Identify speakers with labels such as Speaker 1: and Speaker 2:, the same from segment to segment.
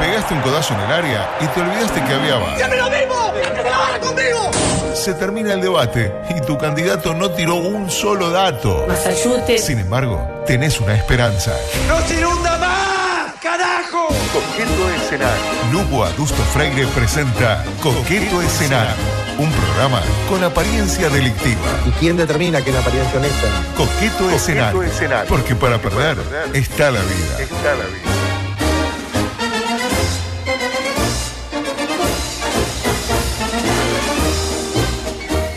Speaker 1: Pegaste un codazo en el área y te olvidaste que había VAR.
Speaker 2: ¡Siempre lo mismo! ¡Siempre se la van conmigo!
Speaker 1: Se termina el debate y tu candidato no tiró un solo dato.
Speaker 3: Massachusetts.
Speaker 1: Sin embargo, tenés una esperanza.
Speaker 2: ¡No se inunda más! ¡Carajo!
Speaker 4: Cogiendo escenario.
Speaker 1: Lupo Adusto Freire presenta Coqueto Escenario, un programa con apariencia delictiva.
Speaker 5: ¿Y quién determina que es la apariencia honesta?
Speaker 1: Coqueto Escenario,
Speaker 4: Escenario.
Speaker 1: porque para perder
Speaker 4: perder
Speaker 1: está la vida.
Speaker 4: Está la vida.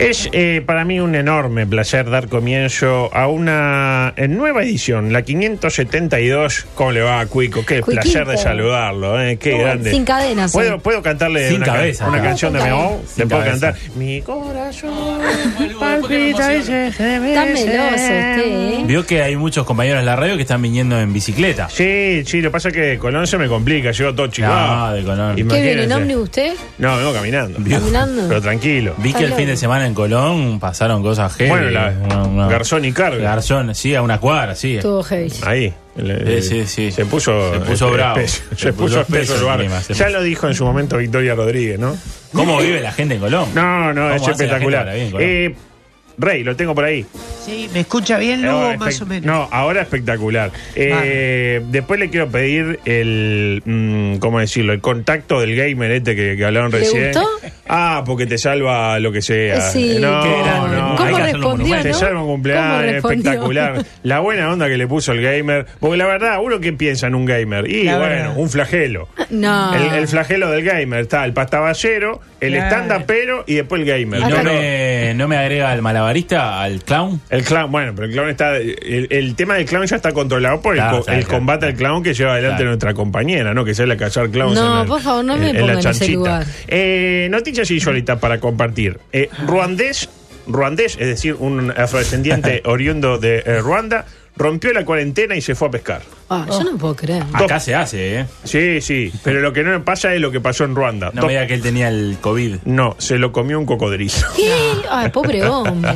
Speaker 6: Es eh, para mí un enorme placer dar comienzo a una eh, nueva edición, la 572. ¿Cómo le va a Cuico? Qué
Speaker 7: Cuiquito.
Speaker 6: placer de saludarlo, eh, qué
Speaker 7: Bueno,
Speaker 6: grande.
Speaker 7: sin cadenas, eh.
Speaker 6: ¿Puedo,
Speaker 7: hoy.
Speaker 6: puedo cantarle
Speaker 8: Sin
Speaker 6: una, ca-
Speaker 8: cabeza,
Speaker 6: una
Speaker 8: acá.
Speaker 6: canción de
Speaker 7: Sin
Speaker 6: Meo?
Speaker 8: cabeza.
Speaker 6: ¿Le puedo
Speaker 8: Sin cabeza.
Speaker 6: cantar? Mi corazón palpita y se
Speaker 7: Está meloso usted, ¿eh?
Speaker 8: Vio que hay muchos compañeros en la radio que están viniendo en bicicleta.
Speaker 6: Sí, sí, lo que pasa es que Colón se me complica, llego todo chivado.
Speaker 8: Ah, de Colón.
Speaker 7: ¿Qué
Speaker 8: ¿Qué
Speaker 7: viene en
Speaker 6: Imagínense.
Speaker 7: ómnibus usted?
Speaker 6: No, vengo caminando.
Speaker 7: ¿Caminando?
Speaker 6: Pero tranquilo.
Speaker 8: Vi que el fin de semana en Colón pasaron cosas heavy.
Speaker 6: Bueno, la-
Speaker 8: Una- una-
Speaker 6: Garzón y Carga.
Speaker 8: Garzón, sí, a una cuadra, sí.
Speaker 7: Todo heavy.
Speaker 6: Ahí.
Speaker 8: Sí, sí, sí.
Speaker 6: Se puso, eh,
Speaker 8: Se puso
Speaker 6: espe-
Speaker 8: bravo.
Speaker 6: espeso.
Speaker 8: Se
Speaker 6: se puso
Speaker 8: puso
Speaker 6: espeso
Speaker 8: espeso
Speaker 6: el
Speaker 8: el
Speaker 6: lugar.
Speaker 8: clima, se
Speaker 6: Ya
Speaker 8: puso.
Speaker 6: lo dijo en su momento Victoria Rodríguez, ¿no?
Speaker 8: ¿Cómo vive la gente en Colón?
Speaker 6: No, no, es
Speaker 8: ¿Cómo hace la gente
Speaker 6: espectacular.
Speaker 8: para vivir en Colón?
Speaker 6: Eh, Rey, lo tengo por ahí.
Speaker 9: Sí, ¿me escucha bien, Lugo?
Speaker 6: Ahora espe-
Speaker 9: Más o menos.
Speaker 6: No, ahora espectacular. Eh, Después le quiero pedir el, mm, ¿cómo decirlo? El contacto del gamer este que, que hablaron
Speaker 7: ¿Le
Speaker 6: recién.
Speaker 7: gustó?
Speaker 6: Ah, porque te salva lo que sea.
Speaker 7: Sí.
Speaker 6: No,
Speaker 8: Qué grande.
Speaker 6: no, hay
Speaker 7: ¿Cómo
Speaker 6: que-
Speaker 8: hacer los
Speaker 7: respondió, no?
Speaker 8: monumentos.
Speaker 6: Te salva un cumpleaños,
Speaker 7: ¿Cómo respondió?
Speaker 6: espectacular. La buena onda que le puso el gamer. Porque la verdad, uno que piensa en un gamer. Y
Speaker 9: La
Speaker 6: bueno,
Speaker 9: verdad.
Speaker 6: un flagelo.
Speaker 7: No.
Speaker 6: El, el flagelo del gamer. Está el pastaballero, el
Speaker 9: Claro.
Speaker 6: stand pero y después el gamer.
Speaker 8: ¿Y no
Speaker 6: Pero-
Speaker 8: me, no me agrega al malabarista, al clown?
Speaker 6: el clown, bueno, pero el clown está. El, el tema del clown ya está controlado por el
Speaker 8: Claro,
Speaker 6: co- el,
Speaker 8: claro, claro.
Speaker 6: combate al clown que lleva adelante
Speaker 8: Claro.
Speaker 6: nuestra compañera, ¿no? Que sale a cazar clowns.
Speaker 7: No,
Speaker 6: en el-
Speaker 7: por favor, no me
Speaker 6: en- en
Speaker 7: ponga
Speaker 6: la
Speaker 7: en ese
Speaker 6: chanchita.
Speaker 7: lugar.
Speaker 6: Eh, noticias insólitas para compartir. Eh, ruandés, ruandés, es decir, un afrodescendiente oriundo de eh, Ruanda, rompió la cuarentena y se fue a pescar.
Speaker 7: Ah, yo no puedo creer.
Speaker 8: Acá se hace, ¿eh?
Speaker 6: Sí, sí, pero lo que no me pasa es lo que pasó en Ruanda.
Speaker 8: No
Speaker 6: Dos-
Speaker 8: me diga que él tenía el COVID.
Speaker 6: No, se lo comió un cocodrilo.
Speaker 7: ¿Qué? Ay, pobre hombre.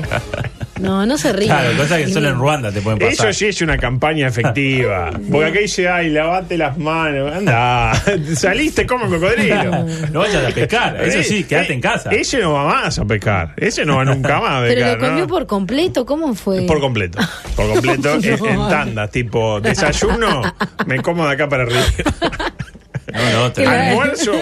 Speaker 7: No, no se ríe.
Speaker 8: Claro, cosas que solo en Ruanda te pueden pasar.
Speaker 6: Eso sí es una campaña efectiva. Porque acá dice, ay, lavate las manos. Anda, saliste como un cocodrilo.
Speaker 8: No vayas a pescar. Eso sí, quédate en casa.
Speaker 6: Eh, Ese no va más a pescar. Ese no va nunca más a
Speaker 7: Pero
Speaker 6: pescar.
Speaker 7: lo comió
Speaker 6: ¿no?
Speaker 7: por completo, ¿cómo fue?
Speaker 6: Por completo. Por completo. eh,
Speaker 7: No.
Speaker 6: en, en tandas, tipo desayuno, me como de acá para arriba.
Speaker 8: No, no, tremendo,
Speaker 6: Almuerzo,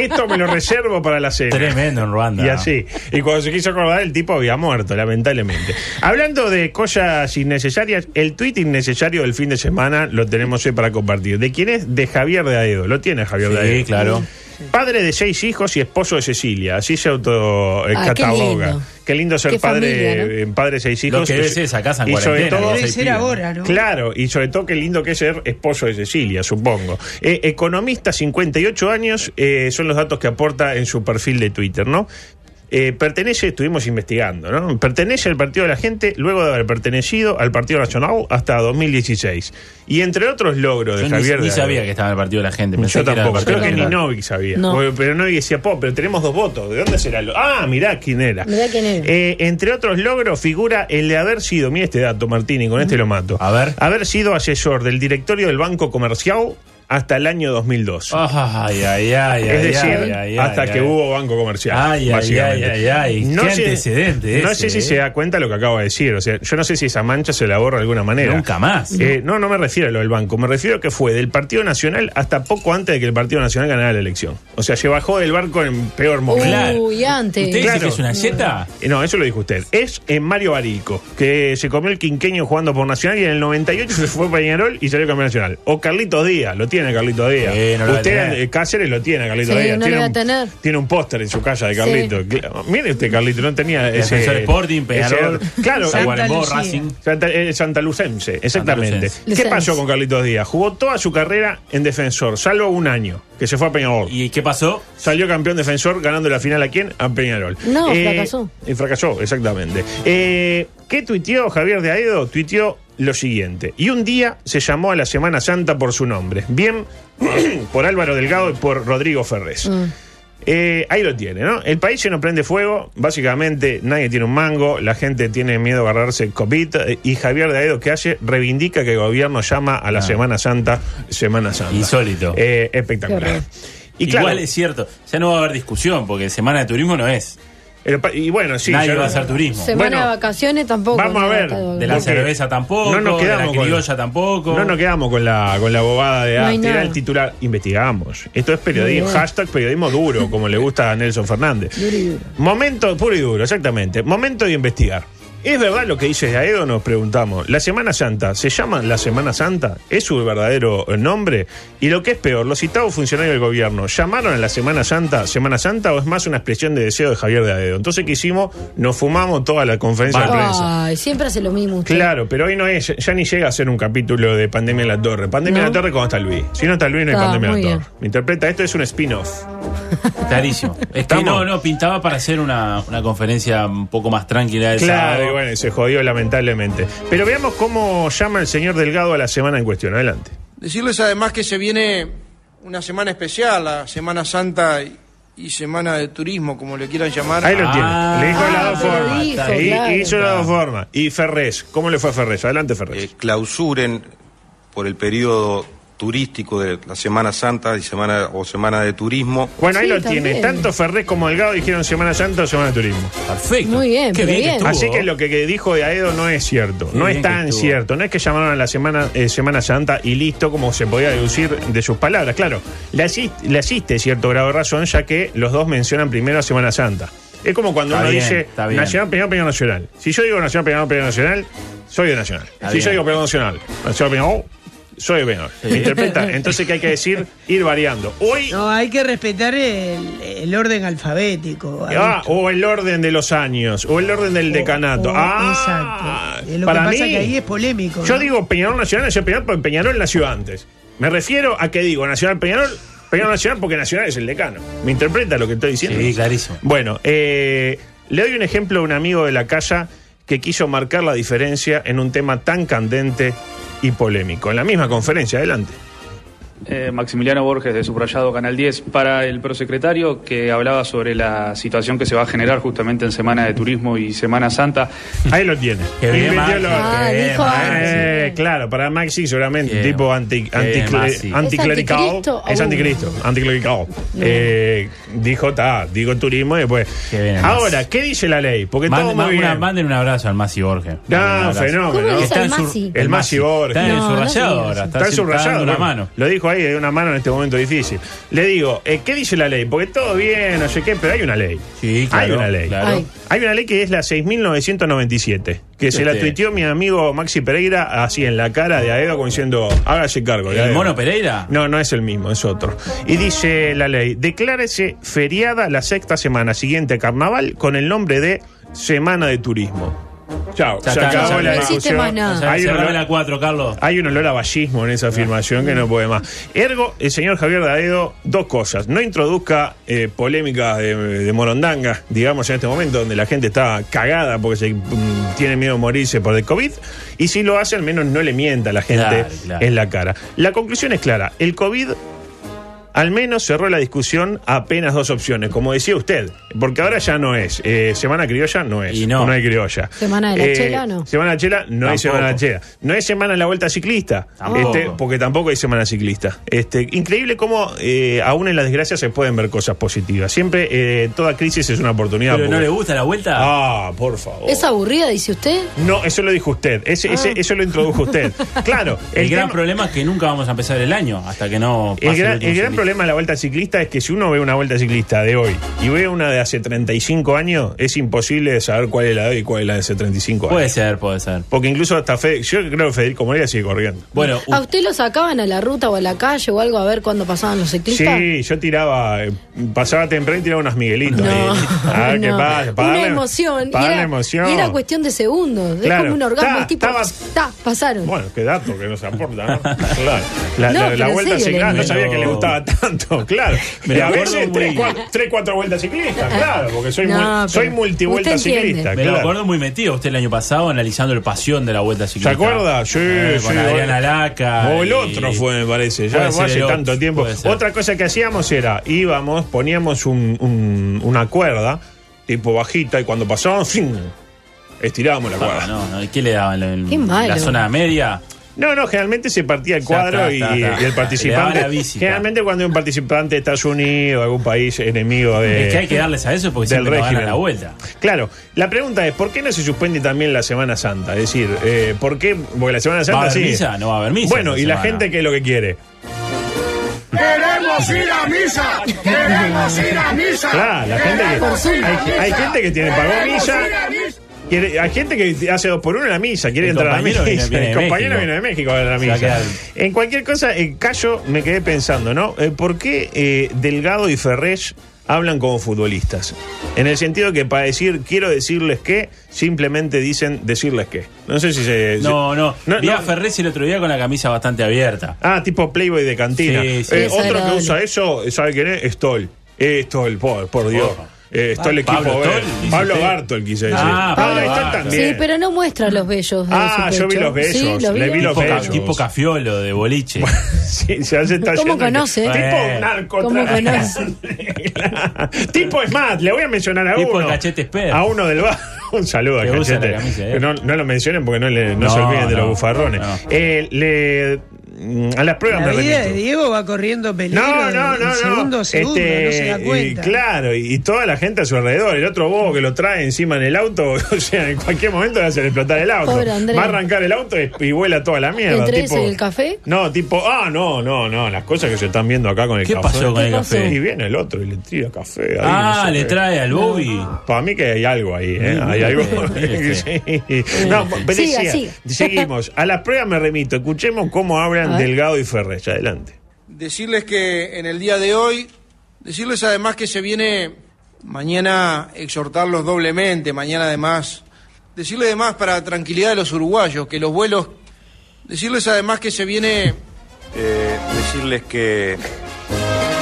Speaker 6: esto me lo reservo para la cena.
Speaker 8: tremendo en Ruanda.
Speaker 6: Y así. Y cuando se quiso acordar, el tipo había muerto, lamentablemente. Hablando de cosas innecesarias, el tuit innecesario del fin de semana lo tenemos hoy para compartir. ¿De quién es? De Javier de Aedo. Lo tiene Javier de
Speaker 8: Sí,
Speaker 6: Aedo.
Speaker 8: claro.
Speaker 6: Padre de seis hijos y esposo de Cecilia. Así se auto eh,
Speaker 7: Ah, qué
Speaker 6: cataloga. Qué
Speaker 7: lindo.
Speaker 6: lindo. ser
Speaker 7: Qué
Speaker 6: padre,
Speaker 7: familia, ¿no?
Speaker 6: eh, padre de seis hijos.
Speaker 8: Lo que debe ser esa casa en
Speaker 6: Y sobre
Speaker 8: cuarentena,
Speaker 6: todo-
Speaker 8: los
Speaker 9: Debe
Speaker 8: seis
Speaker 9: ser
Speaker 8: pibes.
Speaker 9: ahora, ¿no?
Speaker 6: Claro, y sobre todo qué lindo que es ser esposo de Cecilia, supongo. Eh, economista, 58 años, eh, son los datos que aporta en su perfil de Twitter, ¿no? Eh, pertenece, estuvimos investigando, ¿no? Pertenece al Partido de la Gente luego de haber pertenecido al Partido Nacional hasta 2016. Y entre otros logros de
Speaker 8: Yo ni-
Speaker 6: Javier
Speaker 8: ni,
Speaker 6: de-
Speaker 8: sabía que estaba en el partido de la gente. Pensé
Speaker 6: Yo
Speaker 8: que era el
Speaker 6: tampoco,
Speaker 8: partido
Speaker 6: creo que
Speaker 8: de
Speaker 6: ni
Speaker 8: la gente.
Speaker 6: Novik sabía.
Speaker 7: No.
Speaker 6: Porque- Pero Novik decía, po, pero tenemos dos votos, ¿de dónde será? lo-?" Ah, mirá quién era.
Speaker 7: Mirá quién era.
Speaker 6: Eh, entre otros logros figura el de haber sido, mira este dato Martini, con este lo mato.
Speaker 8: A ver.
Speaker 6: Haber sido asesor del directorio del Banco Comercial hasta el año 2002.
Speaker 8: Ay, ay, ay, ay.
Speaker 6: es decir,
Speaker 8: ay, ay,
Speaker 6: hasta
Speaker 8: ay,
Speaker 6: que
Speaker 8: ay.
Speaker 6: hubo Banco Comercial.
Speaker 8: Ay, ay,
Speaker 6: básicamente.
Speaker 8: ay, ay, ay. Qué antecedente
Speaker 6: No
Speaker 8: ese,
Speaker 6: sé si
Speaker 8: eh.
Speaker 6: se da cuenta lo que acabo de decir. O sea, yo no sé si esa mancha se la borra de alguna manera.
Speaker 8: Nunca más.
Speaker 6: Eh, no, no me refiero a lo del banco. Me refiero a que fue del Partido Nacional hasta poco antes de que el Partido Nacional ganara la elección. O sea, se bajó del barco en
Speaker 7: Uh.
Speaker 6: peor momento.
Speaker 8: Claro.
Speaker 7: Uy, antes.
Speaker 8: ¿Usted
Speaker 6: Claro.
Speaker 8: dice que es una yeta?
Speaker 6: Eh, No, eso lo dijo usted. Es en Mario Barico, que se comió el quinqueño jugando por Nacional y en el 98 se fue para Peñarol y salió campeón nacional. O Carlitos Díaz, lo tiene Carlitos Díaz.
Speaker 8: Sí, no lo va a
Speaker 6: usted,
Speaker 8: tener.
Speaker 6: eh, Cáceres, lo tiene Carlitos
Speaker 7: Sí,
Speaker 6: Díaz.
Speaker 7: no lo
Speaker 6: tiene,
Speaker 7: va a
Speaker 6: un,
Speaker 7: tener.
Speaker 6: tiene un póster en su casa de
Speaker 7: Sí.
Speaker 6: Carlitos. Cla- Mire usted, Carlitos, no tenía ese.
Speaker 8: Defensor Sporting,
Speaker 6: ese-
Speaker 8: Peñarol,
Speaker 6: claro,
Speaker 8: Tacuarembó,
Speaker 9: Lucía.
Speaker 8: Racing.
Speaker 6: Santa, eh, santalucense, exactamente.
Speaker 8: Santalucense.
Speaker 6: ¿Qué
Speaker 7: Lucense.
Speaker 6: pasó con Carlitos Díaz? Jugó toda su carrera en defensor, salvo un año, que se fue a Peñarol.
Speaker 8: ¿Y qué pasó?
Speaker 6: Salió campeón defensor ganando la final a quién? A Peñarol.
Speaker 7: No, fracasó.
Speaker 6: Y fracasó, exactamente. Eh, ¿Qué tuiteó Javier de Aedo? Tuiteó lo siguiente. Y un día se llamó a la
Speaker 7: Mm.
Speaker 6: Semana Santa por su nombre. Bien por Álvaro Delgado y por Rodrigo Ferrés. Eh, ahí lo tiene, ¿no? El país se nos prende fuego, básicamente nadie tiene un mango, la gente tiene miedo a agarrarse el copito, eh, y Javier Daedo, que hace? Reivindica que el gobierno llama a la Semana Santa Semana Santa.
Speaker 8: Ah. Insólito.
Speaker 6: Eh,
Speaker 7: Qué
Speaker 6: espectacular.
Speaker 7: horror.
Speaker 6: Y
Speaker 8: Igual
Speaker 6: claro,
Speaker 8: es cierto, ya no va a haber discusión porque Semana de Turismo no es.
Speaker 6: el pa- y bueno, sí,
Speaker 8: Nadie
Speaker 6: ya
Speaker 8: va
Speaker 6: no-
Speaker 8: a hacer turismo.
Speaker 7: Semana
Speaker 6: Bueno,
Speaker 7: de vacaciones tampoco.
Speaker 6: vamos a
Speaker 7: nada,
Speaker 6: ver,
Speaker 7: todo.
Speaker 8: De la
Speaker 6: Porque
Speaker 8: cerveza tampoco,
Speaker 6: no nos quedamos
Speaker 8: de la
Speaker 6: con-
Speaker 8: criolla tampoco.
Speaker 6: No nos quedamos con la, con la bobada de
Speaker 7: No
Speaker 6: ah,
Speaker 7: hay
Speaker 6: tirar
Speaker 7: nada.
Speaker 6: el titular. Investigamos. Esto es periodismo,
Speaker 7: Muy bien.
Speaker 6: hashtag periodismo duro, como le gusta a Nelson Fernández.
Speaker 7: Duro y duro.
Speaker 6: Momento puro y duro, exactamente. Momento de investigar. ¿Es verdad lo que dice Daedo? Nos preguntamos. ¿La Semana Santa se llama la Semana Santa? ¿Es su verdadero eh, nombre? Y lo que es peor, los citados funcionarios del gobierno llamaron a la Semana Santa Semana Santa o es más una expresión de deseo de Javier Daedo. Entonces, ¿qué hicimos? Nos fumamos toda la conferencia de prensa.
Speaker 7: Ay, siempre hace lo mismo usted.
Speaker 6: Claro, pero hoy no es, ya ni llega a ser un capítulo de Pandemia en la Torre. Pandemia en
Speaker 7: No.
Speaker 6: la Torre cuando está Luis. Si no está Luis, no hay
Speaker 7: Ah,
Speaker 6: Pandemia en
Speaker 7: muy
Speaker 6: la Torre.
Speaker 7: bien.
Speaker 6: Me interpreta, esto es un spin-off.
Speaker 8: Clarísimo. Es que
Speaker 6: ¿Estamos?
Speaker 8: no, no, pintaba para hacer una, una conferencia un poco más tranquila del
Speaker 6: Claro,
Speaker 8: sábado.
Speaker 6: y bueno, y se jodió lamentablemente. Pero veamos cómo llama el señor Delgado a la semana en cuestión. Adelante.
Speaker 3: Decirles además que se viene una semana especial, la Semana Santa y, y Semana de Turismo, como le quieran llamar.
Speaker 6: Ahí lo tiene.
Speaker 8: Ah,
Speaker 6: Le dijo de las
Speaker 7: ah,
Speaker 6: dos
Speaker 7: pero
Speaker 6: formas.
Speaker 7: dijo,
Speaker 6: Y-
Speaker 7: claro.
Speaker 6: Hizo de las dos formas. Y Ferrés, ¿cómo le fue a Ferrés? Adelante, Ferrés.
Speaker 4: eh, clausuren por el periodo turístico de la Semana Santa y semana o Semana de Turismo
Speaker 6: Bueno, ahí
Speaker 7: Sí,
Speaker 6: lo tiene.
Speaker 7: también.
Speaker 6: Tanto Ferrés como Delgado dijeron Semana Santa o Semana de Turismo.
Speaker 8: Perfecto.
Speaker 7: Muy bien,
Speaker 8: Qué
Speaker 7: pero
Speaker 8: bien, que
Speaker 7: bien.
Speaker 8: estuvo.
Speaker 6: Así que lo que que dijo de Aedo no es cierto,
Speaker 8: Qué
Speaker 6: no
Speaker 8: bien
Speaker 6: es
Speaker 8: que
Speaker 6: tan
Speaker 8: estuvo.
Speaker 6: cierto, no es que llamaron a la semana, eh, semana Santa y listo, como se podía deducir de sus palabras. Claro, le, asis- le asiste cierto grado de razón, ya que los dos mencionan primero a Semana Santa. Es como cuando
Speaker 8: Está
Speaker 6: uno
Speaker 8: bien,
Speaker 6: dice
Speaker 8: está bien.
Speaker 6: Nacional, Peñón, Peñón Nacional. Si yo digo Nacional, Peñón, Peñón Nacional, soy de Nacional. si
Speaker 8: bien.
Speaker 6: yo digo Peñón Nacional, Nacional, Peñón, soy de Peñón. ¿Me interpreta? Entonces, ¿qué hay que decir? Ir variando. Hoy
Speaker 9: No, hay que respetar el, el orden alfabético. Eh,
Speaker 6: Ah,
Speaker 9: adulto.
Speaker 6: o el orden de los años, o el orden del decanato.
Speaker 9: o-
Speaker 6: ah,
Speaker 9: exacto. Eh, Lo
Speaker 6: para
Speaker 9: que pasa
Speaker 6: mí,
Speaker 9: que ahí es polémico.
Speaker 6: Yo
Speaker 9: ¿no?
Speaker 6: digo Peñarol Nacional, Nacional Peñarol, porque Peñarol nació antes. Me refiero a que digo Nacional Peñarol, Peñarol Nacional, porque Nacional es el decano. ¿Me interpreta lo que estoy diciendo?
Speaker 8: Sí, clarísimo.
Speaker 6: Bueno, eh, le doy un ejemplo a un amigo de la casa que quiso marcar la diferencia en un tema tan candente y polémico. En la misma conferencia, adelante.
Speaker 10: Eh, Maximiliano Borges de Subrayado Canal 10 para el prosecretario que hablaba sobre la situación que se va a generar justamente en Semana de Turismo y Semana Santa.
Speaker 6: Ahí lo tiene.
Speaker 8: Qué bien,
Speaker 6: Inventó
Speaker 8: Maxi,
Speaker 6: lo-
Speaker 7: Ah,
Speaker 8: qué bien,
Speaker 7: dijo
Speaker 8: Maxi.
Speaker 7: antes.
Speaker 6: Eh, claro, para Maxi seguramente un
Speaker 8: Bien.
Speaker 6: tipo anti,
Speaker 8: Bien,
Speaker 6: anticle-
Speaker 8: Maxi.
Speaker 7: ¿Es
Speaker 6: anticlerical.
Speaker 7: anticristo?
Speaker 6: Es
Speaker 7: Uh.
Speaker 6: anticristo, anticlerical. Eh, dijo, ta, digo turismo y después.
Speaker 8: Qué bien, Maxi.
Speaker 6: Ahora, ¿qué dice la ley? Porque
Speaker 8: Mande-
Speaker 6: todo
Speaker 8: ma-
Speaker 6: muy
Speaker 8: una-
Speaker 6: bien.
Speaker 8: manden un abrazo al Masi Borges.
Speaker 6: No,
Speaker 8: Manden un abrazo.
Speaker 6: fenómeno.
Speaker 7: ¿Cómo le dice
Speaker 8: Está
Speaker 7: al
Speaker 8: en su-
Speaker 7: Masi?
Speaker 6: El Masi Borges.
Speaker 8: Está en el
Speaker 7: No, no
Speaker 8: subrayado
Speaker 7: digas
Speaker 8: ahora.
Speaker 7: eso.
Speaker 8: Está,
Speaker 6: Está subrayado.
Speaker 8: dando una
Speaker 6: bueno,
Speaker 8: mano.
Speaker 6: Lo dijo ahí, de una mano en este momento difícil. Le digo, eh, ¿qué dice la ley? Porque todo bien, no sé qué, pero hay una ley.
Speaker 8: Sí, claro,
Speaker 6: Hay una ley.
Speaker 8: claro.
Speaker 7: Ay.
Speaker 6: Hay una ley que es la 6.997, que se la
Speaker 8: Este.
Speaker 6: tuiteó mi amigo Maxi Pereira así en la cara de Aedo como diciendo, hágase cargo.
Speaker 8: ¿El
Speaker 6: Aedo".
Speaker 8: mono Pereira?
Speaker 6: No, no es el mismo, es otro. Y dice la ley, declárese feriada la sexta semana siguiente a Carnaval con el nombre de Semana de Turismo. Chao,
Speaker 8: Ya
Speaker 6: se
Speaker 8: está,
Speaker 6: acabó
Speaker 8: ya
Speaker 6: la
Speaker 8: no
Speaker 7: existe
Speaker 6: discusión.
Speaker 7: más nada.
Speaker 8: O sea,
Speaker 6: Hay un
Speaker 8: cerrame
Speaker 6: olor-
Speaker 8: la 4, Carlos.
Speaker 6: hay un olor a vallismo en esa afirmación que no puede más. Ergo, el señor Javier Daedo, dos cosas. No introduzca eh, polémicas de, de morondanga, digamos, en este momento, donde la gente está cagada porque se, mm, tiene miedo a morirse por el COVID. Y si lo hace, al menos no le mienta a la gente
Speaker 8: Claro, claro.
Speaker 6: en la cara. La conclusión es clara. El COVID al menos cerró la discusión a apenas dos opciones, como decía usted, porque ahora ya no es. eh, semana criolla no es.
Speaker 8: Y no.
Speaker 6: hay criolla. Eh,
Speaker 7: Semana de la chela, no.
Speaker 6: Semana de la chela no hay
Speaker 8: Tampoco.
Speaker 6: semana de la chela. No hay semana de la vuelta ciclista,
Speaker 8: Tampoco.
Speaker 6: este, porque tampoco hay semana ciclista. Este, increíble cómo eh, aún en las desgracias se pueden ver cosas positivas. Siempre eh, toda crisis es una oportunidad.
Speaker 8: Pero no
Speaker 6: porque-
Speaker 8: le gusta la vuelta.
Speaker 6: Ah, por favor.
Speaker 7: ¿Es aburrida, dice usted?
Speaker 6: No, eso lo dijo usted. Ese- ese- eso lo introdujo usted. Claro.
Speaker 8: el, gran
Speaker 6: tema-
Speaker 8: problema es que nunca vamos a empezar el año hasta que no pase
Speaker 6: el gran,
Speaker 8: último
Speaker 6: el gran
Speaker 8: ciclista.
Speaker 6: problema de la vuelta ciclista es que si uno ve una vuelta ciclista de hoy y ve una de hace 35 años, es imposible saber cuál es la de hoy y cuál es la de hace 35 años.
Speaker 8: Puede ser, puede ser.
Speaker 6: Porque incluso hasta Fede, yo creo que Federico Moreira sigue corriendo.
Speaker 8: Bueno,
Speaker 7: ¿A usted lo sacaban a la ruta o a la calle o algo a ver cuándo pasaban los ciclistas?
Speaker 6: Sí, yo tiraba, eh, pasaba temprano y tiraba unos miguelitos.
Speaker 7: No,
Speaker 6: ahí. a ver qué
Speaker 7: no.
Speaker 6: pasa. Ah, para
Speaker 7: una
Speaker 6: darle- para
Speaker 7: emoción. y
Speaker 6: darle
Speaker 7: era,
Speaker 6: emoción.
Speaker 7: y era cuestión de segundos.
Speaker 6: Claro.
Speaker 7: Es como un orgasmo.
Speaker 6: Ta,
Speaker 7: el tipo,
Speaker 6: estabas-
Speaker 7: ta, pasaron.
Speaker 6: Bueno, qué dato que nos aporta. ¿no? Claro. La,
Speaker 7: No,
Speaker 6: la- la
Speaker 7: pero en
Speaker 6: vuelta
Speaker 7: serio,
Speaker 6: ciclista,
Speaker 7: le-
Speaker 6: no sabía que le gustaba tanto, claro.
Speaker 8: Me
Speaker 6: y
Speaker 8: la
Speaker 6: a
Speaker 8: acuerdo
Speaker 6: veces
Speaker 8: muy-
Speaker 6: tres, cuatro, tres, cuatro vueltas ciclistas, claro, porque soy,
Speaker 7: No,
Speaker 6: mul-
Speaker 7: pero
Speaker 6: soy multivuelta
Speaker 7: usted entiende.
Speaker 6: ciclista.
Speaker 8: Me lo
Speaker 6: claro.
Speaker 8: acuerdo muy metido usted el año pasado analizando el pasión de la vuelta ciclista.
Speaker 6: ¿Se acuerda? Sí,
Speaker 8: Eh,
Speaker 6: sí,
Speaker 8: Con Adrián
Speaker 6: bueno.
Speaker 8: Alaca.
Speaker 6: O el
Speaker 8: y-
Speaker 6: otro fue, me parece. Ya
Speaker 8: Puede
Speaker 6: no
Speaker 8: ser
Speaker 6: hace
Speaker 8: el otro,
Speaker 6: tanto tiempo.
Speaker 8: puede ser.
Speaker 6: Otra cosa que hacíamos era, íbamos, poníamos un- un- una cuerda, tipo bajita, y cuando pasaban, ¡fin! estirábamos la
Speaker 8: Ah,
Speaker 6: cuerda.
Speaker 8: no, no, ¿y ¿Qué le daban? ¿El-
Speaker 7: Qué malo.
Speaker 8: ¿La zona media?
Speaker 6: No, no, generalmente se partía el
Speaker 8: Ya
Speaker 6: cuadro
Speaker 8: está,
Speaker 6: y, y
Speaker 8: está, está.
Speaker 6: el
Speaker 8: Le daban
Speaker 6: participante.
Speaker 8: la visita.
Speaker 6: Generalmente cuando hay un participante de Estados Unidos, algún país enemigo de.
Speaker 8: es que hay que darles a eso porque
Speaker 6: del
Speaker 8: siempre nos ganan
Speaker 6: régimen.
Speaker 8: la vuelta.
Speaker 6: Claro, la pregunta es, ¿por qué no se suspende también la Semana Santa? Es decir, eh, ¿por qué? Porque la Semana Santa
Speaker 8: haber
Speaker 6: sí.
Speaker 8: misa? No va a haber misa
Speaker 6: Bueno,
Speaker 8: esta
Speaker 6: y la
Speaker 8: semana.
Speaker 6: gente que es lo que quiere.
Speaker 2: ¡Queremos ir a misa! ¡Queremos ir a misa!
Speaker 6: Claro, la gente que. Hay, hay gente que tiene pagó misa. quiere- hay gente que hace dos por uno en la misa, quiere
Speaker 8: El
Speaker 6: entrar a la misa.
Speaker 8: compañero viene- viene
Speaker 6: el
Speaker 8: de
Speaker 6: compañero
Speaker 8: México.
Speaker 6: viene de México a la
Speaker 8: Se va a
Speaker 6: misa.
Speaker 8: quedar-
Speaker 6: En cualquier cosa, en Cayo me quedé pensando, ¿no? Eh, ¿Por qué eh, Delgado y Ferrés hablan como futbolistas? En el sentido que para decir quiero decirles que, simplemente dicen decirles que. No sé si se.
Speaker 8: No, no.
Speaker 6: No,
Speaker 8: Vi a
Speaker 6: no.
Speaker 8: Ferrez el otro día con la camisa bastante abierta.
Speaker 6: Ah, tipo Playboy de cantina.
Speaker 8: Sí, sí.
Speaker 6: Eh,
Speaker 7: Es
Speaker 6: otro que
Speaker 7: agradable.
Speaker 6: usa eso, ¿sabe quién es? Stoll. Eh, Stoll, por, por Dios.
Speaker 8: Ojo.
Speaker 6: Eh, Stoll
Speaker 8: Ah,
Speaker 6: equipo
Speaker 8: Pablo
Speaker 6: B.
Speaker 8: Stoll, dice
Speaker 6: Pablo
Speaker 8: usted.
Speaker 6: Bartol quise decir.
Speaker 8: Ah, Pablo Bartol.
Speaker 6: también.
Speaker 7: Sí, pero no muestra los bellos. de
Speaker 6: Ah,
Speaker 7: su
Speaker 6: yo vi
Speaker 7: pecho.
Speaker 6: los bellos,
Speaker 7: Sí, los
Speaker 6: le vi los
Speaker 8: Tipo, ca-
Speaker 6: bellos.
Speaker 8: tipo cafiolo de boliche.
Speaker 6: Sí, ya se está
Speaker 7: ¿Cómo
Speaker 6: yendo.
Speaker 7: conoce?
Speaker 6: Tipo
Speaker 8: Eh.
Speaker 6: narcotraficante. tipo, es más, le voy a mencionar a
Speaker 8: Tipo
Speaker 6: uno.
Speaker 8: el Cachete Esper.
Speaker 6: A uno del bar. Un saludo a
Speaker 8: Que usa
Speaker 6: Cachete.
Speaker 8: la camisa, eh.
Speaker 6: no, no lo mencionen porque no, le- no
Speaker 8: No,
Speaker 6: se olviden de los
Speaker 8: no,
Speaker 6: bufarrones.
Speaker 8: no.
Speaker 6: Eh, le- a las pruebas
Speaker 9: La
Speaker 6: me
Speaker 9: vida de
Speaker 6: remito.
Speaker 9: Diego va corriendo peligro.
Speaker 6: No, no,
Speaker 9: de-
Speaker 6: no,
Speaker 9: de
Speaker 6: no.
Speaker 9: Segundo, a segundo,
Speaker 6: Este,
Speaker 9: no se da cuenta.
Speaker 6: Y, claro, y, y toda la gente a su alrededor, el otro bobo que lo trae encima en el auto, o sea, en cualquier momento le hacen explotar el auto.
Speaker 7: Pobre Andrés.
Speaker 6: Va a arrancar el auto y, y vuela toda la mierda.
Speaker 7: ¿Entre
Speaker 6: tipo,
Speaker 7: ese y el café?
Speaker 6: No, tipo, ah, no, no, no, las cosas que se están viendo acá con el
Speaker 8: ¿Qué
Speaker 6: café.
Speaker 8: pasó con el
Speaker 7: ¿Qué pasó?
Speaker 6: Y
Speaker 8: café?
Speaker 6: viene el otro y le tira café. ahí,
Speaker 8: Ah,
Speaker 6: no sé
Speaker 8: le
Speaker 6: qué.
Speaker 8: trae al Bobby.
Speaker 6: Para mí que hay algo ahí, ¿eh?
Speaker 8: Mm,
Speaker 6: Hay algo.
Speaker 8: mire,
Speaker 6: Sí. No, pero
Speaker 7: Siga,
Speaker 6: decía,
Speaker 7: siga.
Speaker 6: seguimos. A las pruebas me remito. Escuchemos cómo hablan
Speaker 7: A ver.
Speaker 6: Delgado y Ferrez. Adelante.
Speaker 3: Decirles que en el día de hoy, decirles además que se viene mañana exhortarlos doblemente, mañana además, decirles además para tranquilidad de los uruguayos que los vuelos, decirles además que se viene
Speaker 4: Eh, decirles que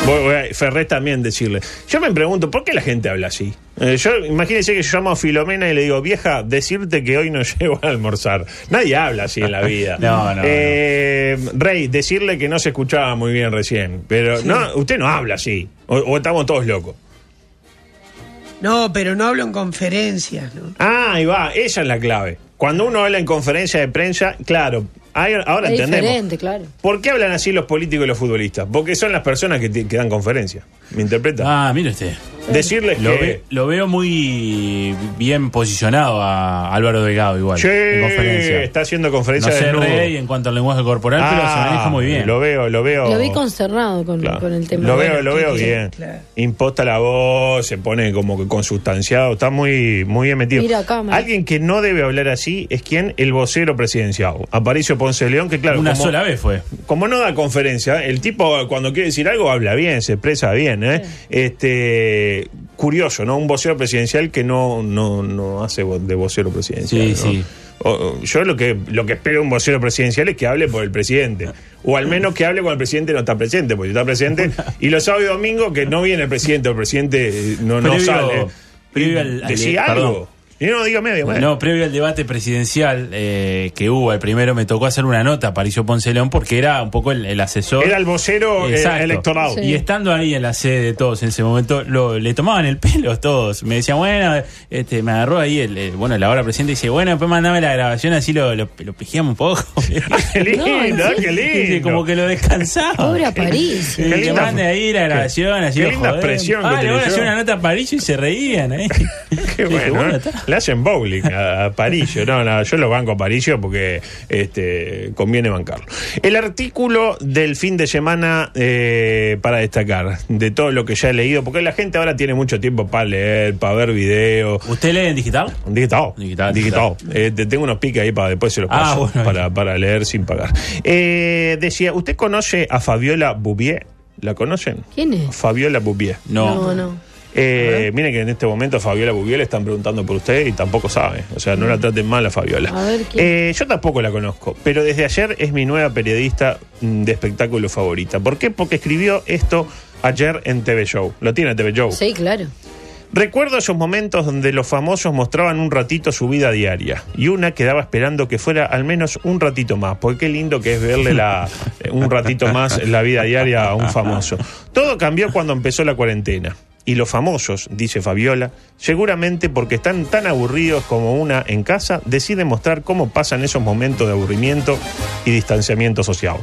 Speaker 6: Voy- voy a- Ferré también decirle. Yo me pregunto, ¿por qué la gente habla así? Eh, yo, imagínense que yo llamo a Filomena y le digo, vieja, decirte que hoy no llego a almorzar. Nadie habla así en la vida.
Speaker 8: No, no,
Speaker 6: Eh, Rey, decirle que no se escuchaba muy bien recién. Pero no, usted no habla así. O, o estamos todos locos.
Speaker 9: No, pero no hablo en conferencias, ¿no?
Speaker 6: Ah, ahí va, esa es la clave. Cuando uno habla en conferencia de prensa, claro, hay- ahora
Speaker 7: Es
Speaker 6: entendemos.
Speaker 7: diferente, claro.
Speaker 6: ¿Por qué hablan así los políticos y los futbolistas? Porque son las personas que, ti- que dan conferencia. ¿Me interpreta?
Speaker 8: Ah, mire usted.
Speaker 6: Decirles
Speaker 8: Lo,
Speaker 6: que...
Speaker 8: ve- lo veo muy bien posicionado a Álvaro Delgado igual.
Speaker 6: Sí,
Speaker 8: en conferencia.
Speaker 6: está haciendo conferencia
Speaker 8: no sé
Speaker 6: desnudo.
Speaker 8: rey en cuanto al lenguaje corporal, pero se
Speaker 6: Ah,
Speaker 8: maneja muy bien.
Speaker 6: Lo veo, lo veo.
Speaker 7: Lo vi consternado con,
Speaker 6: Oh. Claro.
Speaker 7: con el tema.
Speaker 6: Lo
Speaker 7: Bueno,
Speaker 6: veo, lo
Speaker 9: ¿qué
Speaker 6: veo
Speaker 9: quiere?
Speaker 6: bien.
Speaker 9: Claro.
Speaker 6: Imposta la voz, se pone como que consustanciado, está muy, muy bien metido.
Speaker 7: Mira a cámara.
Speaker 6: Alguien que no debe hablar así es quien, el vocero presidencial, Aparicio Ponce de León, que claro,
Speaker 8: Una
Speaker 6: como,
Speaker 8: sola vez fue.
Speaker 6: como no da conferencia, el tipo cuando quiere decir algo habla bien, se expresa bien, ¿eh? Este curioso, ¿no? Un vocero presidencial que no, no, no hace vo- de vocero presidencial.
Speaker 8: Sí,
Speaker 6: ¿no?
Speaker 8: sí.
Speaker 6: O- o- yo lo que lo que espero de un vocero presidencial es que hable por el presidente. O al menos que hable cuando el presidente no está presente, porque si está presente. Y los sábados y domingos que no viene el presidente, o el presidente eh, no, no
Speaker 8: Previo-
Speaker 6: sale.
Speaker 8: previo
Speaker 6: Y
Speaker 8: al- al-
Speaker 6: decí algo. Y no diga medio. bueno.
Speaker 8: No, previo al debate presidencial eh, que hubo, el primero me tocó hacer una nota a Paricio Ponce León porque era un poco el, el asesor.
Speaker 6: Era el vocero eh,
Speaker 8: Exacto.
Speaker 6: electoral.
Speaker 7: Sí.
Speaker 8: Y estando ahí en la sede de todos en ese momento, lo- le tomaban el pelo todos. Me decían, bueno, este, me agarró ahí el, el- bueno, la hora presidente dice, bueno, después mandame la grabación, así lo, lo, lo pijeamos un poco.
Speaker 6: Qué lindo,
Speaker 7: No, en serio.
Speaker 6: Ah, qué lindo.
Speaker 8: Dice, como que lo descansaba.
Speaker 7: Pobre París.
Speaker 8: Sí,
Speaker 6: Qué
Speaker 8: que
Speaker 6: linda-
Speaker 8: mande ahí la grabación, así
Speaker 6: qué
Speaker 8: lo
Speaker 6: linda
Speaker 8: jodemos.
Speaker 6: expresión que
Speaker 8: Ah, le van a
Speaker 6: utilizó.
Speaker 8: hacer una nota a París y se reían ahí.
Speaker 6: Qué
Speaker 8: Yo dije,
Speaker 6: bueno, ¿eh?
Speaker 8: está.
Speaker 6: Le hacen bowling a, a Parillo. No, no, yo lo banco a Parillo porque este, conviene bancarlo. El artículo del fin de semana eh, para destacar de todo lo que ya he leído, porque la gente ahora tiene mucho tiempo para leer, para ver videos.
Speaker 8: ¿Usted lee en digital?
Speaker 6: Digital.
Speaker 8: Digital,
Speaker 6: Digital. Eh, te- tengo unos piques ahí para después se los
Speaker 8: Ah,
Speaker 6: paso
Speaker 8: bueno.
Speaker 6: para, para leer sin pagar. Eh, decía, ¿usted conoce a Fabiola Bouvier? ¿La conocen?
Speaker 7: ¿Quién es?
Speaker 6: Fabiola Bouvier.
Speaker 8: No.
Speaker 7: no.
Speaker 6: Eh, miren que en este momento a Fabiola Bubiola están preguntando por usted y tampoco sabe. O sea, no la traten mal a Fabiola.
Speaker 7: A ver, ¿quién?
Speaker 6: Eh, yo tampoco la conozco, pero desde ayer es mi nueva periodista mm, de espectáculo favorita. ¿Por qué? Porque escribió esto ayer en TV Show. Lo tiene TV Show.
Speaker 7: Sí, claro.
Speaker 6: Recuerdo esos momentos donde los famosos mostraban un ratito su vida diaria y una quedaba esperando que fuera al menos un ratito más, porque qué lindo que es verle la, eh, un ratito más la vida diaria a un famoso. Todo cambió cuando empezó la cuarentena. Y los famosos, dice Fabiola, seguramente porque están tan aburridos como una en casa, deciden mostrar cómo pasan esos momentos de aburrimiento y distanciamiento social.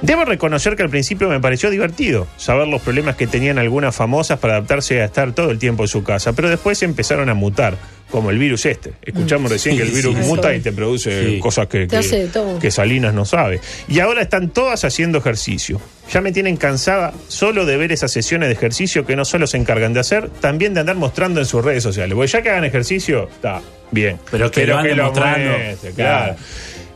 Speaker 6: Debo reconocer que al principio me pareció divertido saber los problemas que tenían algunas famosas para adaptarse a estar todo el tiempo en su casa, pero después empezaron a mutar, como el virus este. Escuchamos recién que el
Speaker 8: sí,
Speaker 6: virus
Speaker 8: sí.
Speaker 6: muta y te produce
Speaker 8: Sí.
Speaker 6: cosas que,
Speaker 7: Te hace de
Speaker 6: que,
Speaker 7: todo.
Speaker 6: que Salinas no sabe. Y ahora están todas haciendo ejercicio. Ya me tienen cansada solo de ver esas sesiones de ejercicio que no solo se encargan de hacer, también de andar mostrando en sus redes sociales. Porque ya que hagan ejercicio, está bien.
Speaker 8: Pero que lo anden mostrando.
Speaker 6: muestre, claro.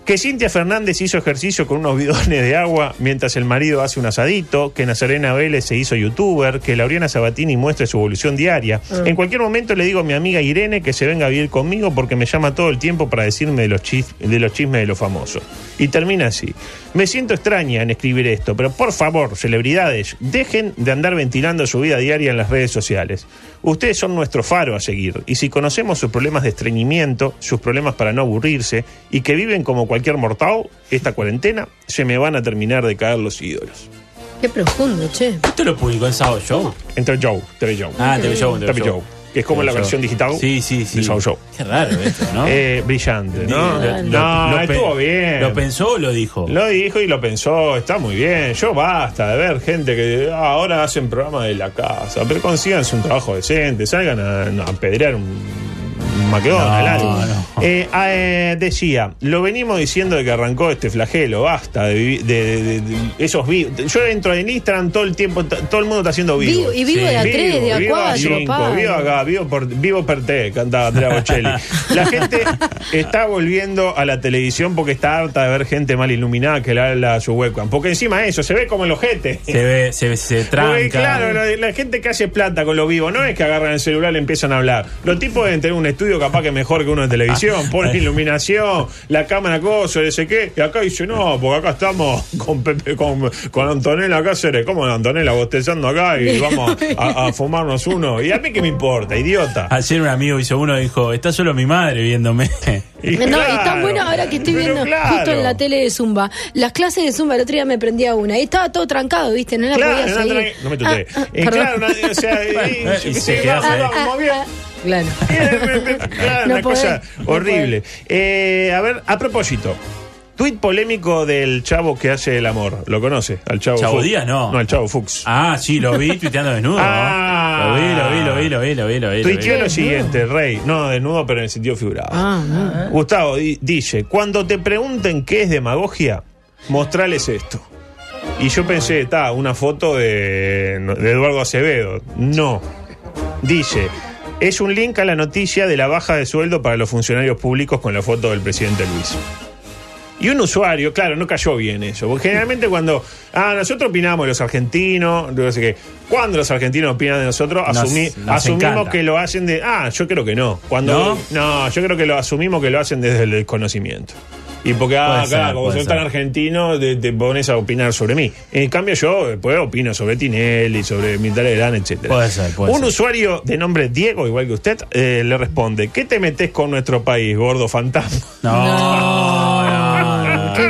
Speaker 6: Que Cintia Fernández hizo ejercicio con unos bidones de agua mientras el marido hace un asadito, que Nazarena Vélez se hizo youtuber, que Lauriana Sabatini muestre su evolución diaria. En cualquier momento le digo a mi amiga Irene que se venga a vivir conmigo porque me llama todo el tiempo para decirme de los, chis- de los chismes de los famosos. Y termina así. Me siento extraña en escribir esto, pero por favor, celebridades, dejen de andar ventilando su vida diaria en las redes sociales. Ustedes son nuestro faro a seguir, y si conocemos sus problemas de estreñimiento, sus problemas para no aburrirse, y que viven como cualquier mortal, esta cuarentena, se me van a terminar de caer los ídolos.
Speaker 7: Qué profundo, che.
Speaker 8: ¿Esto lo publicó en Sao Show?
Speaker 6: Entre Joe, TV Joe.
Speaker 8: Ah, TV Show. TV
Speaker 6: TV Show. Que es como
Speaker 8: TV
Speaker 6: la
Speaker 8: Show.
Speaker 6: versión digital
Speaker 8: Sí, sí, sí.
Speaker 6: de Sao Show.
Speaker 8: Qué raro esto, ¿no?
Speaker 6: Eh, brillante, ¿no?
Speaker 8: Lo- lo-
Speaker 6: no,
Speaker 8: lo pe-
Speaker 6: estuvo bien.
Speaker 8: ¿Lo pensó o lo dijo?
Speaker 6: Lo dijo y lo pensó, está muy bien. Yo basta de ver gente que ah, ahora hacen programa de la casa, pero consíganse un trabajo decente, salgan a, a apedrear un, un McDonald's.
Speaker 8: No,
Speaker 6: algo.
Speaker 8: no.
Speaker 6: Eh, ah, eh, decía, lo venimos diciendo de que arrancó este flagelo, basta de, vivi- de- de- de- de esos vivos. Yo entro en Instagram todo el tiempo, t- todo el mundo está haciendo vivo.
Speaker 7: Vivo- y vivo
Speaker 8: Sí.
Speaker 7: de a tres, de a
Speaker 6: vivo
Speaker 7: cuatro,
Speaker 6: cinco,
Speaker 7: papá.
Speaker 6: vivo acá, Ah, vivo por, vivo per te, cantaba Andrea Bocelli. La gente está volviendo a la televisión porque está harta de ver gente mal iluminada que le habla a su webcam. Porque encima de eso, se ve como el ojete.
Speaker 8: Se ve, se, se tranca.
Speaker 6: Porque, claro, la, la gente que hace plata con lo vivo no es que agarran el celular y empiezan a hablar. Los tipos deben tener un estudio capaz que mejor que uno de televisión.
Speaker 8: Ah, eh.
Speaker 6: Ponen iluminación, la cámara, cosa, no sé qué. Y acá dice, no, porque acá estamos con Pepe, con, con Antonella Cáceres. ¿Cómo Antonella bostezando acá y vamos a, a fumarnos uno? ¿Y a mí qué me importa, idiota?
Speaker 8: Ayer un amigo hizo uno y dijo, está solo mi madre viéndome.
Speaker 7: No, y tan bueno ahora que estoy
Speaker 6: pero
Speaker 7: viendo
Speaker 6: claro.
Speaker 7: justo en la tele de Zumba. Las clases de Zumba, el otro día me prendía una. Y estaba todo trancado, ¿viste? No la
Speaker 6: Claro,
Speaker 7: podía
Speaker 6: no,
Speaker 7: seguir.
Speaker 6: tra- no me tuteé.
Speaker 7: Ah, ah,
Speaker 6: Eh,
Speaker 7: perdón.
Speaker 6: claro, no, o sea, eh,
Speaker 8: Bueno,
Speaker 6: yo qué
Speaker 8: y se
Speaker 6: sé,
Speaker 8: queda
Speaker 6: vamos,
Speaker 8: ahí.
Speaker 6: vamos, vamos bien.
Speaker 7: Claro.
Speaker 6: Ah, Claro,
Speaker 7: No
Speaker 6: una
Speaker 7: podés,
Speaker 6: cosa
Speaker 7: no
Speaker 6: horrible. Eh, a ver, a propósito. Tuit polémico del chavo que hace el amor. ¿Lo conoce? Al chavo,
Speaker 8: Chavo
Speaker 6: Fuchs.
Speaker 8: Díaz, no.
Speaker 6: No, al chavo Fuchs.
Speaker 8: ah, sí, lo vi tuiteando desnudo.
Speaker 6: Ah.
Speaker 8: Lo vi, lo vi, lo vi, lo vi, lo vi, lo vi. lo vi.
Speaker 6: Tuiteó lo siguiente, Rey. No, desnudo, pero en el sentido figurado.
Speaker 7: Ah, no.
Speaker 6: Gustavo di- dice, cuando te pregunten qué es demagogia, mostrales esto. Y yo pensé, está, una foto de, de Eduardo Acevedo. No. Dice, es un link a la noticia de la baja de sueldo para los funcionarios públicos con la foto del presidente Luis. Y un usuario, claro, no cayó bien eso. Porque generalmente cuando. Ah, nosotros opinamos de los argentinos, no sé qué. Cuando los argentinos opinan de nosotros,
Speaker 8: Nos-
Speaker 6: asumí-
Speaker 8: nos
Speaker 6: asumimos
Speaker 8: encanta.
Speaker 6: que lo hacen de. Ah, yo creo que no. Cuando. No, yo creo que lo asumimos que lo hacen desde el desconocimiento. Y porque, ah,
Speaker 8: Puede ser,
Speaker 6: claro, como
Speaker 8: puede
Speaker 6: soy tan
Speaker 8: ser.
Speaker 6: argentino, te, te pones a opinar sobre mí. En cambio, yo después opino sobre Tinelli, sobre Mitalegrán, etc.
Speaker 8: Puede ser, puede
Speaker 6: Un
Speaker 8: ser.
Speaker 6: usuario de nombre Diego, igual que usted, eh, le responde: ¿Qué te metes con nuestro país, gordo fantasma?
Speaker 8: No, no,
Speaker 6: ah.
Speaker 8: no.
Speaker 7: Qué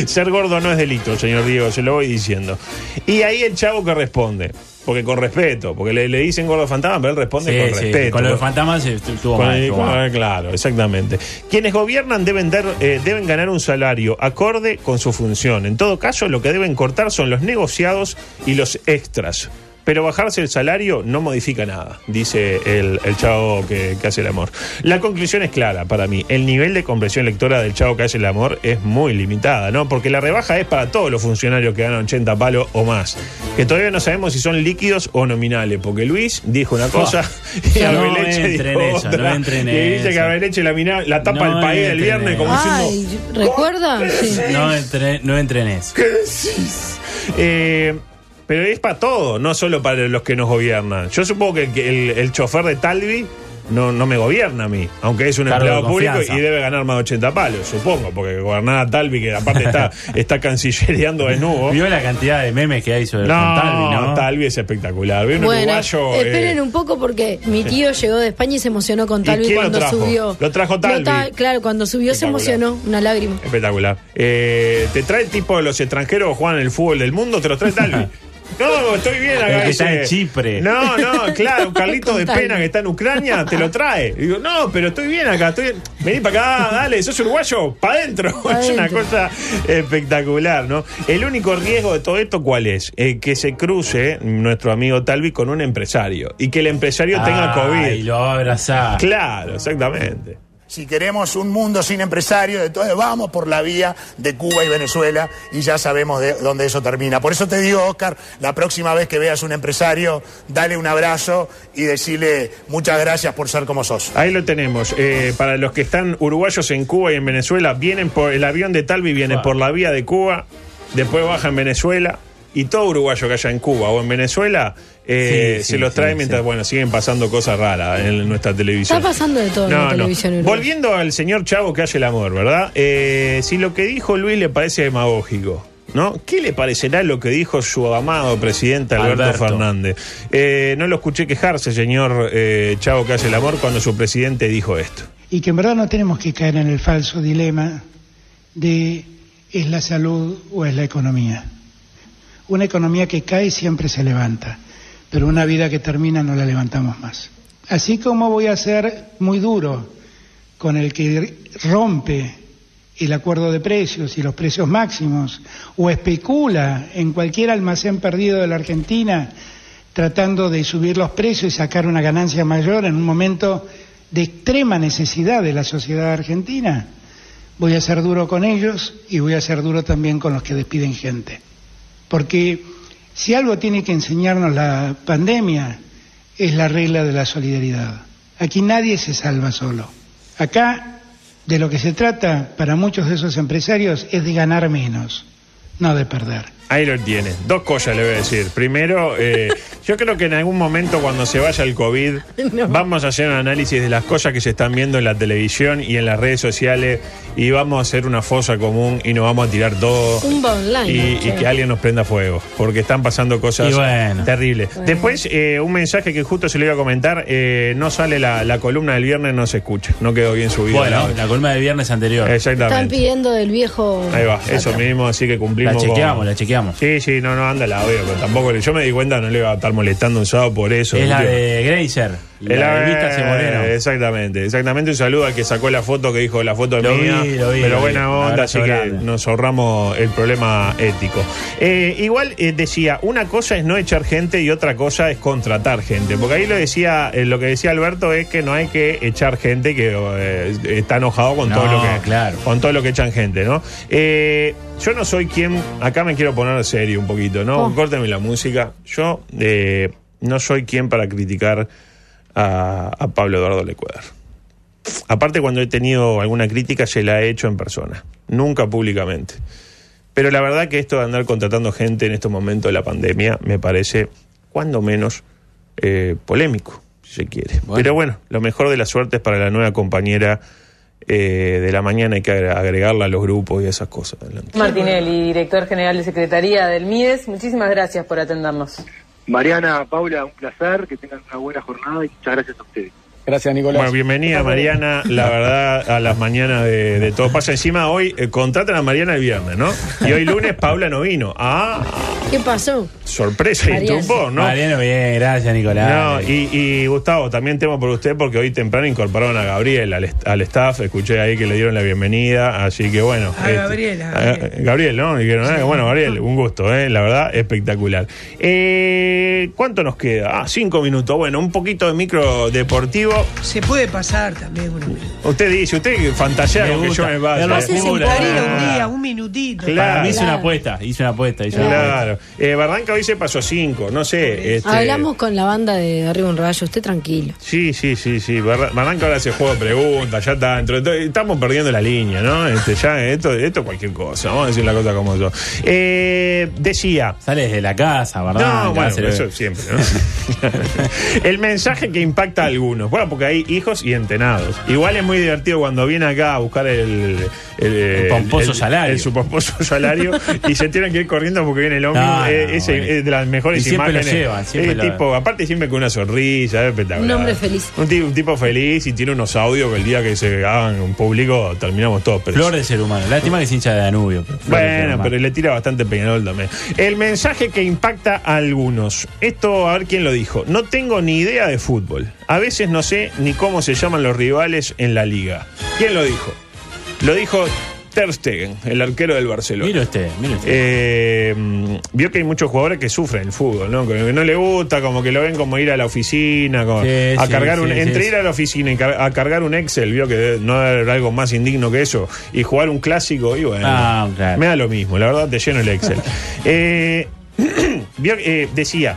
Speaker 7: feo.
Speaker 6: Ser gordo no es delito, señor Diego, se lo voy diciendo. Y ahí el chavo que responde, porque con respeto, porque le, le dicen gordo fantasma, pero él responde
Speaker 8: Sí,
Speaker 6: con
Speaker 8: sí,
Speaker 6: respeto.
Speaker 8: con lo de fantasmas eh, estu- estuvo
Speaker 6: Con
Speaker 8: mal.
Speaker 6: el-
Speaker 8: estuvo
Speaker 6: con-
Speaker 8: mal.
Speaker 6: claro, exactamente. Quienes gobiernan deben, dar, eh, deben ganar un salario acorde con su función. En todo caso, lo que deben cortar son los negociados y los extras. Pero bajarse el salario no modifica nada, dice el, el chavo que, que hace el amor. La conclusión es clara para mí. El nivel de comprensión lectora del chavo que hace el amor es muy limitada, ¿no? Porque la rebaja es para todos los funcionarios que ganan 80 palos o más. Que todavía no sabemos si son líquidos o nominales, porque Luis dijo una cosa y
Speaker 8: No
Speaker 6: Arbeleche
Speaker 8: entre
Speaker 6: dijo
Speaker 8: en eso,
Speaker 6: otra.
Speaker 8: no entre en
Speaker 6: Y dice
Speaker 8: eso.
Speaker 6: que Arbeleche la, mina- la tapa
Speaker 8: No
Speaker 6: el país del
Speaker 8: entre en
Speaker 6: viernes
Speaker 8: eso.
Speaker 6: como
Speaker 7: Ay,
Speaker 6: diciendo...
Speaker 7: ¿recuerda? Sí.
Speaker 8: No entré, no entré en eso.
Speaker 6: "¿Qué decís?". Eh, Pero es para todo, no solo para los que nos gobiernan. Yo supongo que el, que- el- el chofer de Talvi no, no me gobierna a mí, aunque es un
Speaker 8: Cargo de
Speaker 6: empleado público
Speaker 8: confianza.
Speaker 6: y debe ganar más de 80 palos, supongo, porque gobernar a Talvi, que aparte está, está cancillereando desnudo.
Speaker 8: Vio la cantidad de memes que hay sobre
Speaker 6: No,
Speaker 8: con Talvi, ¿no?
Speaker 6: Talvi es espectacular. Vi un
Speaker 7: Bueno,
Speaker 6: uruguayo. eh,
Speaker 7: esperen un poco porque mi tío llegó de España y se emocionó con
Speaker 6: ¿Y
Speaker 7: Talvi
Speaker 6: quién lo
Speaker 7: cuando
Speaker 6: trajo?
Speaker 7: subió.
Speaker 6: Lo trajo Talvi.
Speaker 7: ta- claro, cuando subió se
Speaker 6: Espectacular.
Speaker 7: emocionó, una lágrima.
Speaker 6: Espectacular. Eh, ¿Te trae el tipo de los extranjeros que juegan el fútbol del mundo? ¿Te los trae Talvi? No, estoy bien acá.
Speaker 8: El que
Speaker 6: dice.
Speaker 8: está en Chipre.
Speaker 6: No, no, claro, un Carlito
Speaker 7: Con
Speaker 6: de
Speaker 7: Talvi.
Speaker 6: Pena que está en Ucrania te lo trae. Y digo, no, pero estoy bien acá. Estoy bien. Vení para acá, dale, sos uruguayo, para adentro.
Speaker 7: Pa'
Speaker 6: es una
Speaker 7: adentro.
Speaker 6: cosa espectacular, ¿no? El único riesgo de todo esto, ¿cuál es? Eh, que se cruce nuestro amigo Talvi con un empresario y que el empresario tenga COVID.
Speaker 8: Y lo va a abrazar.
Speaker 6: Claro, exactamente.
Speaker 2: Si queremos un mundo sin empresarios, entonces vamos por la vía de Cuba y Venezuela y ya sabemos de dónde eso termina. Por eso te digo, Oscar, la próxima vez que veas un empresario, dale un abrazo y decirle muchas gracias por ser como sos.
Speaker 6: Ahí lo tenemos. Eh, para los que están uruguayos en Cuba y en Venezuela, vienen por el avión de Talvi viene
Speaker 8: Wow.
Speaker 6: por la vía de Cuba, después baja en Venezuela y todo uruguayo que haya en Cuba o en Venezuela eh,
Speaker 8: Sí, sí,
Speaker 6: se los
Speaker 8: sí,
Speaker 6: trae
Speaker 8: sí.
Speaker 6: mientras bueno siguen pasando cosas raras en nuestra televisión.
Speaker 7: Está pasando de todo en la televisión uruguaya.
Speaker 6: Volviendo al señor Chavo que hace el amor, ¿verdad? Eh, si lo que dijo Luis le parece demagógico. ¿No? ¿Qué le parecerá lo que dijo su amado presidente Alberto,
Speaker 8: Alberto.
Speaker 6: Fernández? Eh, no lo escuché quejarse, señor eh, Chavo que hace el amor, cuando su presidente dijo esto.
Speaker 11: y que en verdad no tenemos que caer en el falso dilema de es la salud o es la economía. Una economía que cae siempre se levanta, pero una vida que termina no la levantamos más. Así como voy a ser muy duro con el que rompe el acuerdo de precios y los precios máximos o especula en cualquier almacén perdido de la Argentina tratando de subir los precios y sacar una ganancia mayor en un momento de extrema necesidad de la sociedad argentina. Voy a ser duro con ellos y voy a ser duro también con los que despiden gente. Porque si algo tiene que enseñarnos la pandemia es la regla de la solidaridad. Aquí nadie se salva solo. Acá de lo que se trata para muchos de esos empresarios es de ganar menos, no de perder.
Speaker 6: Ahí lo tiene. Dos cosas le voy a decir. Primero, eh, yo creo que en algún momento cuando se vaya el COVID, vamos a hacer un análisis de las cosas que se están viendo en la televisión y en las redes sociales y vamos a hacer una fosa común y nos vamos a tirar todo.
Speaker 7: Un online.
Speaker 6: Y, y que alguien nos prenda fuego, porque están pasando cosas
Speaker 8: Y bueno.
Speaker 6: terribles. Después, eh, un mensaje que justo se lo iba a comentar, eh, no sale la, la columna del viernes, no se escucha, no quedó bien subida.
Speaker 8: Bueno,
Speaker 6: la-
Speaker 8: la columna de viernes anterior.
Speaker 7: Están
Speaker 6: Exactamente.
Speaker 7: pidiendo del viejo.
Speaker 6: Ahí va, eso mismo, así que cumplimos.
Speaker 8: La
Speaker 6: con-
Speaker 8: chequeamos, la chequeamos.
Speaker 6: Sí, sí, no, no, anda la obvio, pero tampoco le- yo me di cuenta, no le iba a estar molestando un sábado por eso.
Speaker 8: Es la
Speaker 6: ¿viste?
Speaker 8: de Grazer.
Speaker 6: Es
Speaker 8: La de Vistas y Moreno.
Speaker 6: Exactamente, exactamente. Un saludo al que sacó la foto que dijo la foto
Speaker 8: Lo
Speaker 6: mía.
Speaker 8: vi, lo vi,
Speaker 6: pero
Speaker 8: lo
Speaker 6: buena
Speaker 8: vi. Un
Speaker 6: onda, así
Speaker 8: abrazo
Speaker 6: que
Speaker 8: grande.
Speaker 6: nos ahorramos el problema ético. Eh, igual eh, decía, una cosa es no echar gente y otra cosa es contratar gente. Porque ahí lo decía, eh, lo que decía Alberto es que no hay que echar gente que eh, está enojado con
Speaker 8: No,
Speaker 6: todo lo que
Speaker 8: claro.
Speaker 6: con todo lo que echan gente, ¿no? Eh, yo no soy quien, acá me quiero poner serio un poquito, ¿no?
Speaker 7: Oh.
Speaker 6: Córtame la música. Yo eh, no soy quien para criticar a, a Pablo Eduardo Lecuadar. Aparte, cuando he tenido alguna crítica, se la he hecho en persona, nunca públicamente. Pero la verdad que esto de andar contratando gente en estos momentos de la pandemia me parece, cuando menos, eh, polémico, si se quiere.
Speaker 8: Bueno.
Speaker 6: Pero bueno, lo mejor de la suerte es para la nueva compañera eh, de la mañana, hay que agre- agregarla a los grupos y esas cosas. Adelante.
Speaker 12: Martinelli, director general de Secretaría del MIDES, muchísimas gracias por atendernos.
Speaker 13: Mariana, Paula, un placer, que tengan una buena jornada y muchas gracias a ustedes. Gracias, Nicolás.
Speaker 6: Bueno, bienvenida Mariana, la verdad, a las mañanas de, de todo pasa. Encima hoy eh, contratan a Mariana el viernes, ¿no? Y hoy lunes Paula no vino. Ah,
Speaker 7: ¿Qué pasó?
Speaker 6: sorpresa y
Speaker 7: Mariana.
Speaker 6: tumbó, ¿no?
Speaker 8: Mariano, bien, gracias,
Speaker 6: No,
Speaker 8: Nicolás.
Speaker 6: y, y, Gustavo, también tema por usted porque hoy temprano incorporaron a Gabriel al, est- al staff, escuché ahí que le dieron la bienvenida, así que bueno.
Speaker 9: A Gabriel, a
Speaker 6: Gabriel. Gabriel, ¿no? Dijeron, eh, bueno, Gabriel, un gusto, eh, la verdad, espectacular. Eh, ¿Cuánto nos queda? Ah, cinco minutos. Bueno, un poquito de micro deportivo Digo,
Speaker 9: Se puede pasar también una
Speaker 6: usted dice, usted fantasea
Speaker 8: Me
Speaker 6: con que
Speaker 8: gusta.
Speaker 6: yo me vaya.
Speaker 8: Me parece
Speaker 9: Por
Speaker 8: Claro.
Speaker 9: ir un día, un minutito.
Speaker 6: Claro.
Speaker 8: Para mí hice una
Speaker 6: Claro.
Speaker 8: apuesta, hice una apuesta. hice una apuesta.
Speaker 6: Claro. Eh, Barranca hoy se pasó a 5, no sé. este-
Speaker 7: Hablamos con la banda de Arriba un Rayo, usted tranquilo.
Speaker 6: Sí, sí, sí, sí. Barra- Barranca ahora se juega preguntas, ya está dentro. Entonces, Estamos perdiendo la línea, ¿no? Este, ya, esto, esto es cualquier cosa, vamos a decir la cosa como yo. Eh, decía.
Speaker 8: Sales de la casa, ¿verdad?
Speaker 6: No, bueno,
Speaker 8: Se le-
Speaker 6: eso siempre, ¿no? El mensaje que impacta a algunos. Bueno, porque hay hijos y entenados. Igual es muy divertido cuando viene acá a buscar el. El,
Speaker 8: pomposo salario.
Speaker 6: el- su pomposo salario. y se tienen que ir corriendo porque viene el hombre. eh,
Speaker 8: No, no,
Speaker 6: es,
Speaker 8: bueno.
Speaker 6: de las mejores
Speaker 8: Y siempre lo
Speaker 6: imágenes.
Speaker 8: llevan, siempre
Speaker 6: Es
Speaker 8: lo-
Speaker 6: tipo, aparte, siempre con una sonrisa, es espectacular.
Speaker 7: Un hombre feliz.
Speaker 6: Un ti- un tipo, feliz y tiene unos audios que el día que se hagan un público terminamos todos presos.
Speaker 8: Flor de ser humano. Lástima que se hincha de Danubio. pero flor de ser
Speaker 6: Bueno,
Speaker 8: humano.
Speaker 6: pero le tira bastante Peñarol también. El mensaje que impacta a algunos. Esto, a ver quién lo dijo. No tengo ni idea de fútbol. A veces no sé ni cómo se llaman los rivales en la liga. ¿Quién lo dijo? Lo dijo Ter Stegen, el arquero del Barcelona.
Speaker 8: Mire usted, mire usted.
Speaker 6: Eh, mm, vio que hay muchos jugadores que sufren el fútbol, ¿no? Que no le gusta, como que lo ven como ir a la oficina, como
Speaker 8: Sí,
Speaker 6: a
Speaker 8: sí,
Speaker 6: cargar
Speaker 8: sí,
Speaker 6: un,
Speaker 8: sí,
Speaker 6: entre
Speaker 8: sí.
Speaker 6: ir a la oficina y car- a cargar un Excel, vio que de- no era algo más indigno que eso, y jugar un clásico, y bueno,
Speaker 8: Ah, claro.
Speaker 6: me da lo mismo, la verdad te lleno el Excel. Eh, vio- eh, decía,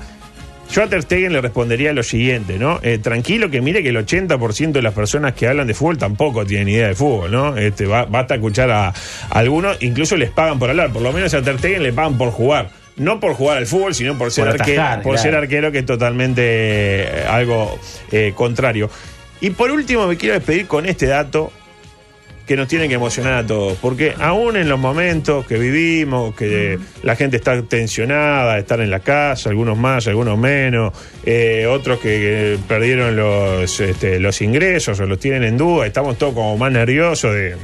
Speaker 6: yo a Ter Stegen le respondería lo siguiente, ¿no? Eh, tranquilo que mire que el 80% de las personas que hablan de fútbol tampoco tienen idea de fútbol, ¿no? Este, ba- basta escuchar a, a algunos, incluso les pagan por hablar, por lo menos a Ter Stegen le pagan por jugar. No por jugar al fútbol, sino por ser,
Speaker 8: Por
Speaker 6: arque-
Speaker 8: atajar,
Speaker 6: por
Speaker 8: claro.
Speaker 6: ser arquero, que es totalmente eh, algo eh, contrario. Y por último me quiero despedir con este dato que nos tiene que emocionar a todos, porque aún en los momentos que vivimos, que la gente está tensionada, están en la casa, algunos más, algunos menos, eh, otros que, que perdieron los, este, los ingresos o los tienen en duda, estamos todos como más nerviosos de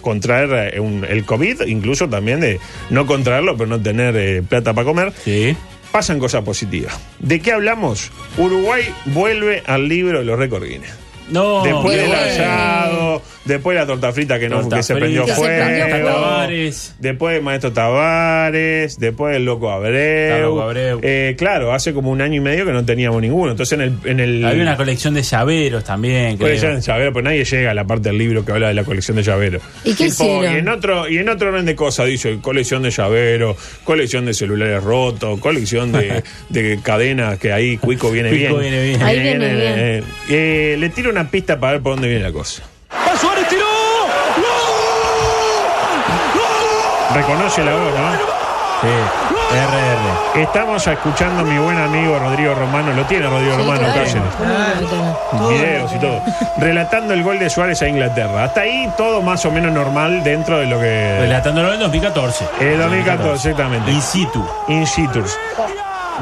Speaker 6: contraer eh, un- el COVID, incluso también de no contraerlo, pero no tener eh, plata para comer.
Speaker 8: Sí.
Speaker 6: Pasan cosas positivas. ¿De qué hablamos? Uruguay vuelve al libro de los récord Guinness.
Speaker 8: No,
Speaker 6: Después
Speaker 8: qué
Speaker 6: del
Speaker 8: bueno.
Speaker 6: asado, después la torta frita que, no,
Speaker 8: Torta
Speaker 6: que se
Speaker 8: frita,
Speaker 6: prendió
Speaker 8: que se prendió
Speaker 6: fuego,
Speaker 8: fuego. Tavares.
Speaker 6: después del maestro Tavares, después del loco Abreu.
Speaker 8: Está Loco Abreu.
Speaker 6: Eh, claro, hace como un año y medio que no teníamos ninguno. Entonces en el... En el
Speaker 8: Había una colección de llaveros también. creo.
Speaker 6: colección de llaveros, pero nadie llega a la parte del libro que habla de la colección de llaveros.
Speaker 7: ¿Y qué
Speaker 6: Tipo,
Speaker 7: hicieron?
Speaker 6: Y en, otro, y en otro orden de cosas, dice, colección de llaveros, colección de celulares rotos, colección de, de cadenas que ahí Cuico viene
Speaker 8: Cuico
Speaker 6: bien.
Speaker 8: viene bien.
Speaker 7: Ahí viene bien.
Speaker 6: eh, eh, le tiro una pista para ver por dónde viene la cosa. Reconoce la voz, ¿no?
Speaker 8: Sí. RR.
Speaker 6: Estamos escuchando a mi buen amigo Rodrigo Romano, lo tiene Rodrigo
Speaker 7: Sí,
Speaker 6: Romano,
Speaker 7: claro.
Speaker 6: cállelo.
Speaker 7: ¿Cómo no lo tenés?
Speaker 6: videos y todo, relatando el gol de Suárez a Inglaterra. Hasta ahí todo más o menos normal dentro de lo que...
Speaker 8: Relatándolo en 2014.
Speaker 6: El 2014, exactamente.
Speaker 8: In situ.
Speaker 6: In situs.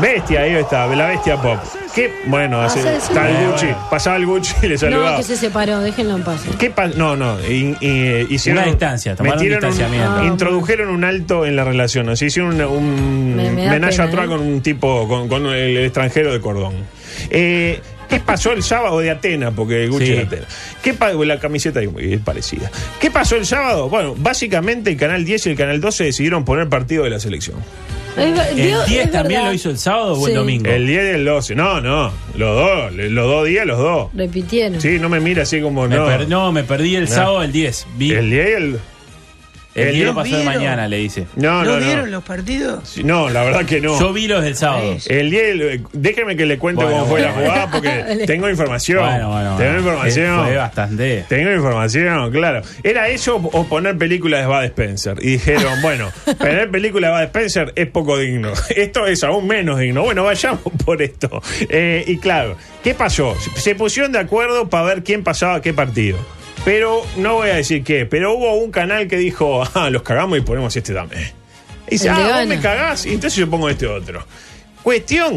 Speaker 6: Bestia, ahí está, la bestia pop. Qué bueno, hace,
Speaker 7: Hace
Speaker 6: está el
Speaker 8: decir-
Speaker 6: Gucci, pasaba el Gucci y le saludaba.
Speaker 7: No, que se separó, déjenlo en paz.
Speaker 6: ¿Qué pa- no, no. in- in- hicieron,
Speaker 8: Una distancia, tomaron
Speaker 6: metieron un-
Speaker 8: distanciamiento.
Speaker 7: Ah.
Speaker 6: introdujeron un alto en la relación. Así hicieron un, un
Speaker 7: Me- me da
Speaker 6: menaje
Speaker 7: pena,
Speaker 6: atrás
Speaker 7: ¿eh?
Speaker 6: con un tipo, con, con el extranjero de cordón. Eh, ¿Qué pasó el sábado de Atenas? Porque Gucci
Speaker 8: Sí.
Speaker 6: es de Atenas. ¿Qué pa- Pues la camiseta es parecida. ¿Qué pasó el sábado? Bueno, básicamente el Canal 10 y el Canal 12 decidieron poner partido de la selección.
Speaker 8: El 10 también lo hizo el sábado o el
Speaker 7: Sí.
Speaker 8: domingo.
Speaker 6: El 10 y el 12. No, no. Los dos. Los dos días, los dos.
Speaker 7: Repitieron.
Speaker 6: Sí, no me mira así como
Speaker 8: Me
Speaker 6: no.
Speaker 8: per- no, me perdí el
Speaker 6: No.
Speaker 8: sábado el 10. Vi-
Speaker 6: El 10 y el...
Speaker 8: el
Speaker 6: el
Speaker 8: 10
Speaker 6: diez-
Speaker 8: lo pasó de
Speaker 9: ¿Vieron?
Speaker 8: mañana, le dice.
Speaker 6: No, no,
Speaker 9: ¿No
Speaker 6: no.
Speaker 9: vieron los partidos?
Speaker 6: Sí, No, la verdad que no.
Speaker 8: Yo vi los del sábado.
Speaker 9: Sí.
Speaker 6: El día del- déjeme que le cuente
Speaker 8: Bueno,
Speaker 6: cómo fue
Speaker 8: bueno.
Speaker 6: la jugada porque tengo información.
Speaker 8: Bueno, bueno,
Speaker 6: tengo
Speaker 8: bueno. Eh,
Speaker 6: información.
Speaker 8: Fue bastante.
Speaker 6: Tengo información, claro. Era eso o poner películas de Bud Spencer. Y dijeron, bueno, poner películas de Bud Spencer es poco digno. Esto es aún menos digno. Bueno, vayamos por esto. Eh, y claro, ¿qué pasó? Se pusieron de acuerdo para ver quién pasaba a qué partido. Pero no voy a decir qué, pero hubo un canal que dijo, ah, los cagamos y ponemos este también. Y dice,
Speaker 7: El de
Speaker 6: ah, vos
Speaker 7: Ghana.
Speaker 6: me cagás, y entonces yo pongo este otro. Cuestión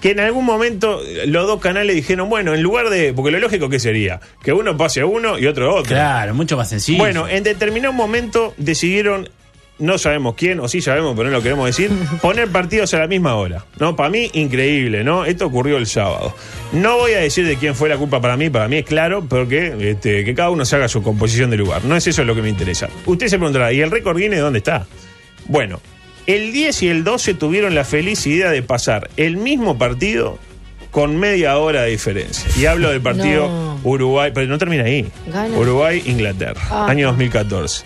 Speaker 6: que en algún momento eh, los dos canales dijeron, bueno, en lugar de. Porque lo lógico que sería, que uno pase a uno y otro a otro.
Speaker 8: Claro, mucho más sencillo.
Speaker 6: Bueno, en determinado momento decidieron, no sabemos quién, o sí sabemos, pero no lo queremos decir, poner partidos a la misma hora. No, para mí, increíble, ¿no? Esto ocurrió el sábado. No voy a decir de quién fue la culpa para mí, para mí es claro, porque este, que cada uno se haga su composición de lugar. No es eso lo que me interesa. Usted se preguntará, ¿y el récord Guinness dónde está? Bueno, el 10 y el 12 tuvieron la feliz idea de pasar el mismo partido con media hora de diferencia. Y hablo del partido
Speaker 7: No.
Speaker 6: Uruguay, pero no termina ahí.
Speaker 7: Gana.
Speaker 6: Uruguay-Inglaterra,
Speaker 7: Ah.
Speaker 6: año 2014.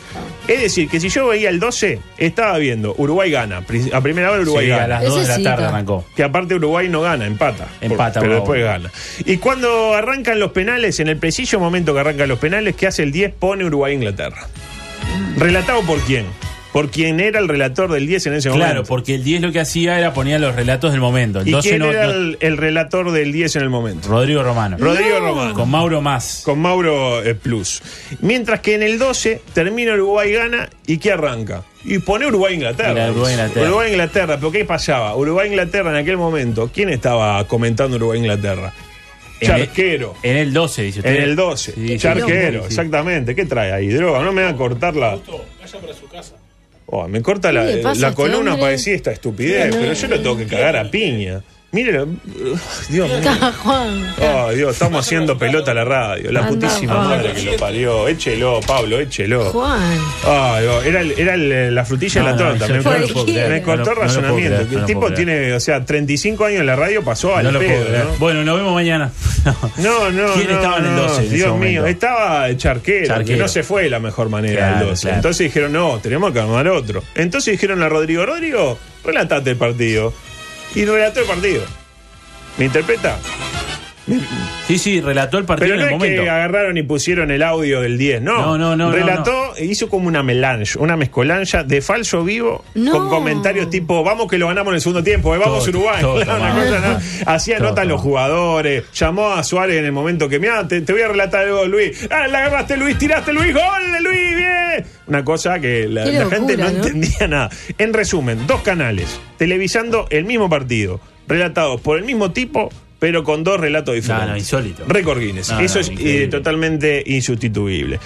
Speaker 6: Es decir, que si yo veía el 12, estaba viendo Uruguay gana. Pri- A primera hora Uruguay
Speaker 8: Sí,
Speaker 6: gana.
Speaker 8: a las 2 de la
Speaker 7: Ese sí,
Speaker 8: tarde
Speaker 7: pa.
Speaker 8: arrancó.
Speaker 6: Que aparte Uruguay no gana, empata.
Speaker 8: Empata,
Speaker 6: Por- pero
Speaker 8: va,
Speaker 6: después
Speaker 8: uno.
Speaker 6: gana. Y cuando arrancan los penales, en el preciso momento que arrancan los penales, ¿qué hace el 10? Pone Uruguay-Inglaterra. ¿Relatado por quién? Por quien era el relator del 10 en ese
Speaker 8: Claro,
Speaker 6: este momento.
Speaker 8: porque el 10 lo que hacía era ponía los relatos del momento. El
Speaker 6: ¿Y
Speaker 8: 12
Speaker 6: quién
Speaker 8: no,
Speaker 6: era
Speaker 8: no-
Speaker 6: el, el relator del 10 en el momento?
Speaker 8: Rodrigo Romano.
Speaker 6: Rodrigo Román.
Speaker 8: Con Mauro Más.
Speaker 6: Con Mauro eh, Plus. Mientras que en el 12 termina Uruguay gana y ¿qué arranca? Y pone Uruguay-Inglaterra.
Speaker 8: Mira, Uruguay-Inglaterra.
Speaker 6: Uruguay-Inglaterra. ¿Pero qué pasaba? Uruguay-Inglaterra en aquel momento, ¿quién estaba comentando Uruguay-Inglaterra?
Speaker 8: En el-
Speaker 6: Charquero.
Speaker 8: En el 12, dice usted.
Speaker 6: En el 12.
Speaker 8: Sí, sí,
Speaker 6: Charquero,
Speaker 8: sí.
Speaker 6: exactamente. ¿Qué trae ahí? Droga, no me va a cortar la. Oh, me corta la,
Speaker 7: ¿Qué le pasa
Speaker 6: la
Speaker 7: a este
Speaker 6: columna
Speaker 7: hombre?
Speaker 6: para decir esta estupidez,
Speaker 7: Sí, no.
Speaker 6: pero yo lo tengo que cagar a piña. Mírelo. Dios mío.
Speaker 7: Está Juan.
Speaker 6: Oh, Dios, estamos haciendo pelota a la radio. La
Speaker 7: Anda,
Speaker 6: putísima
Speaker 7: Juan.
Speaker 6: madre que lo parió. Échelo, Pablo, échelo.
Speaker 7: Juan.
Speaker 6: Ay, oh, era el- era el- la frutilla
Speaker 8: No,
Speaker 6: en la
Speaker 8: no,
Speaker 6: torta.
Speaker 8: yo
Speaker 6: me,
Speaker 8: no
Speaker 7: lo puedo creer.
Speaker 6: me cortó
Speaker 8: No lo- no lo puedo
Speaker 6: razonamiento.
Speaker 8: creer, no
Speaker 6: el
Speaker 8: lo
Speaker 6: tipo
Speaker 8: puedo creer.
Speaker 6: tiene, o sea, 35 años en la radio, pasó al
Speaker 8: No lo puedo
Speaker 6: pedo,
Speaker 8: creer.
Speaker 6: ¿no?
Speaker 8: Bueno, nos vemos mañana.
Speaker 6: No, no,
Speaker 8: ¿Quién
Speaker 6: no,
Speaker 8: estaba en el
Speaker 6: no,
Speaker 8: 12 en ese
Speaker 6: Dios mío,
Speaker 8: momento?
Speaker 6: estaba el charquero, que
Speaker 8: Charquero.
Speaker 6: no se fue de la mejor manera
Speaker 8: Claro,
Speaker 6: el 12.
Speaker 8: claro.
Speaker 6: Entonces dijeron, no, tenemos que armar otro. Entonces dijeron a Rodrigo, Rodrigo, relatate el partido. Y relató el partido. ¿Me interpreta?
Speaker 8: Sí, sí, relató el partido
Speaker 6: Pero
Speaker 8: en
Speaker 6: no
Speaker 8: el
Speaker 6: es
Speaker 8: momento.
Speaker 6: que agarraron y pusieron el audio del 10, no.
Speaker 8: No, no, no, no,
Speaker 6: Relató, e hizo como una melange, una mezcolanza de falso vivo
Speaker 7: No.
Speaker 6: con comentarios tipo, vamos que lo ganamos en el segundo tiempo, eh, vamos
Speaker 8: Todo-
Speaker 6: Uruguay.
Speaker 8: todo
Speaker 6: Claro, una
Speaker 8: tomado.
Speaker 6: cosa, ¿no? Hacía
Speaker 8: Todo
Speaker 6: nota a los
Speaker 8: tomado.
Speaker 6: jugadores, llamó a Suárez en el momento que, mira, te, te voy a relatar algo, Luis. Ah, la agarraste, Luis, tiraste, Luis, gol, Luis, bien. Una cosa que la,
Speaker 7: Qué
Speaker 6: la
Speaker 7: locura,
Speaker 6: gente no,
Speaker 7: ¿no?
Speaker 6: entendía nada. En resumen, dos canales, televisando el mismo partido, relatados por el mismo tipo, pero con dos relatos diferentes.
Speaker 8: no, insólito.
Speaker 6: Récord Guinness.
Speaker 8: No,
Speaker 6: Eso
Speaker 8: no,
Speaker 6: es eh,
Speaker 8: increíble.
Speaker 6: totalmente insustituible.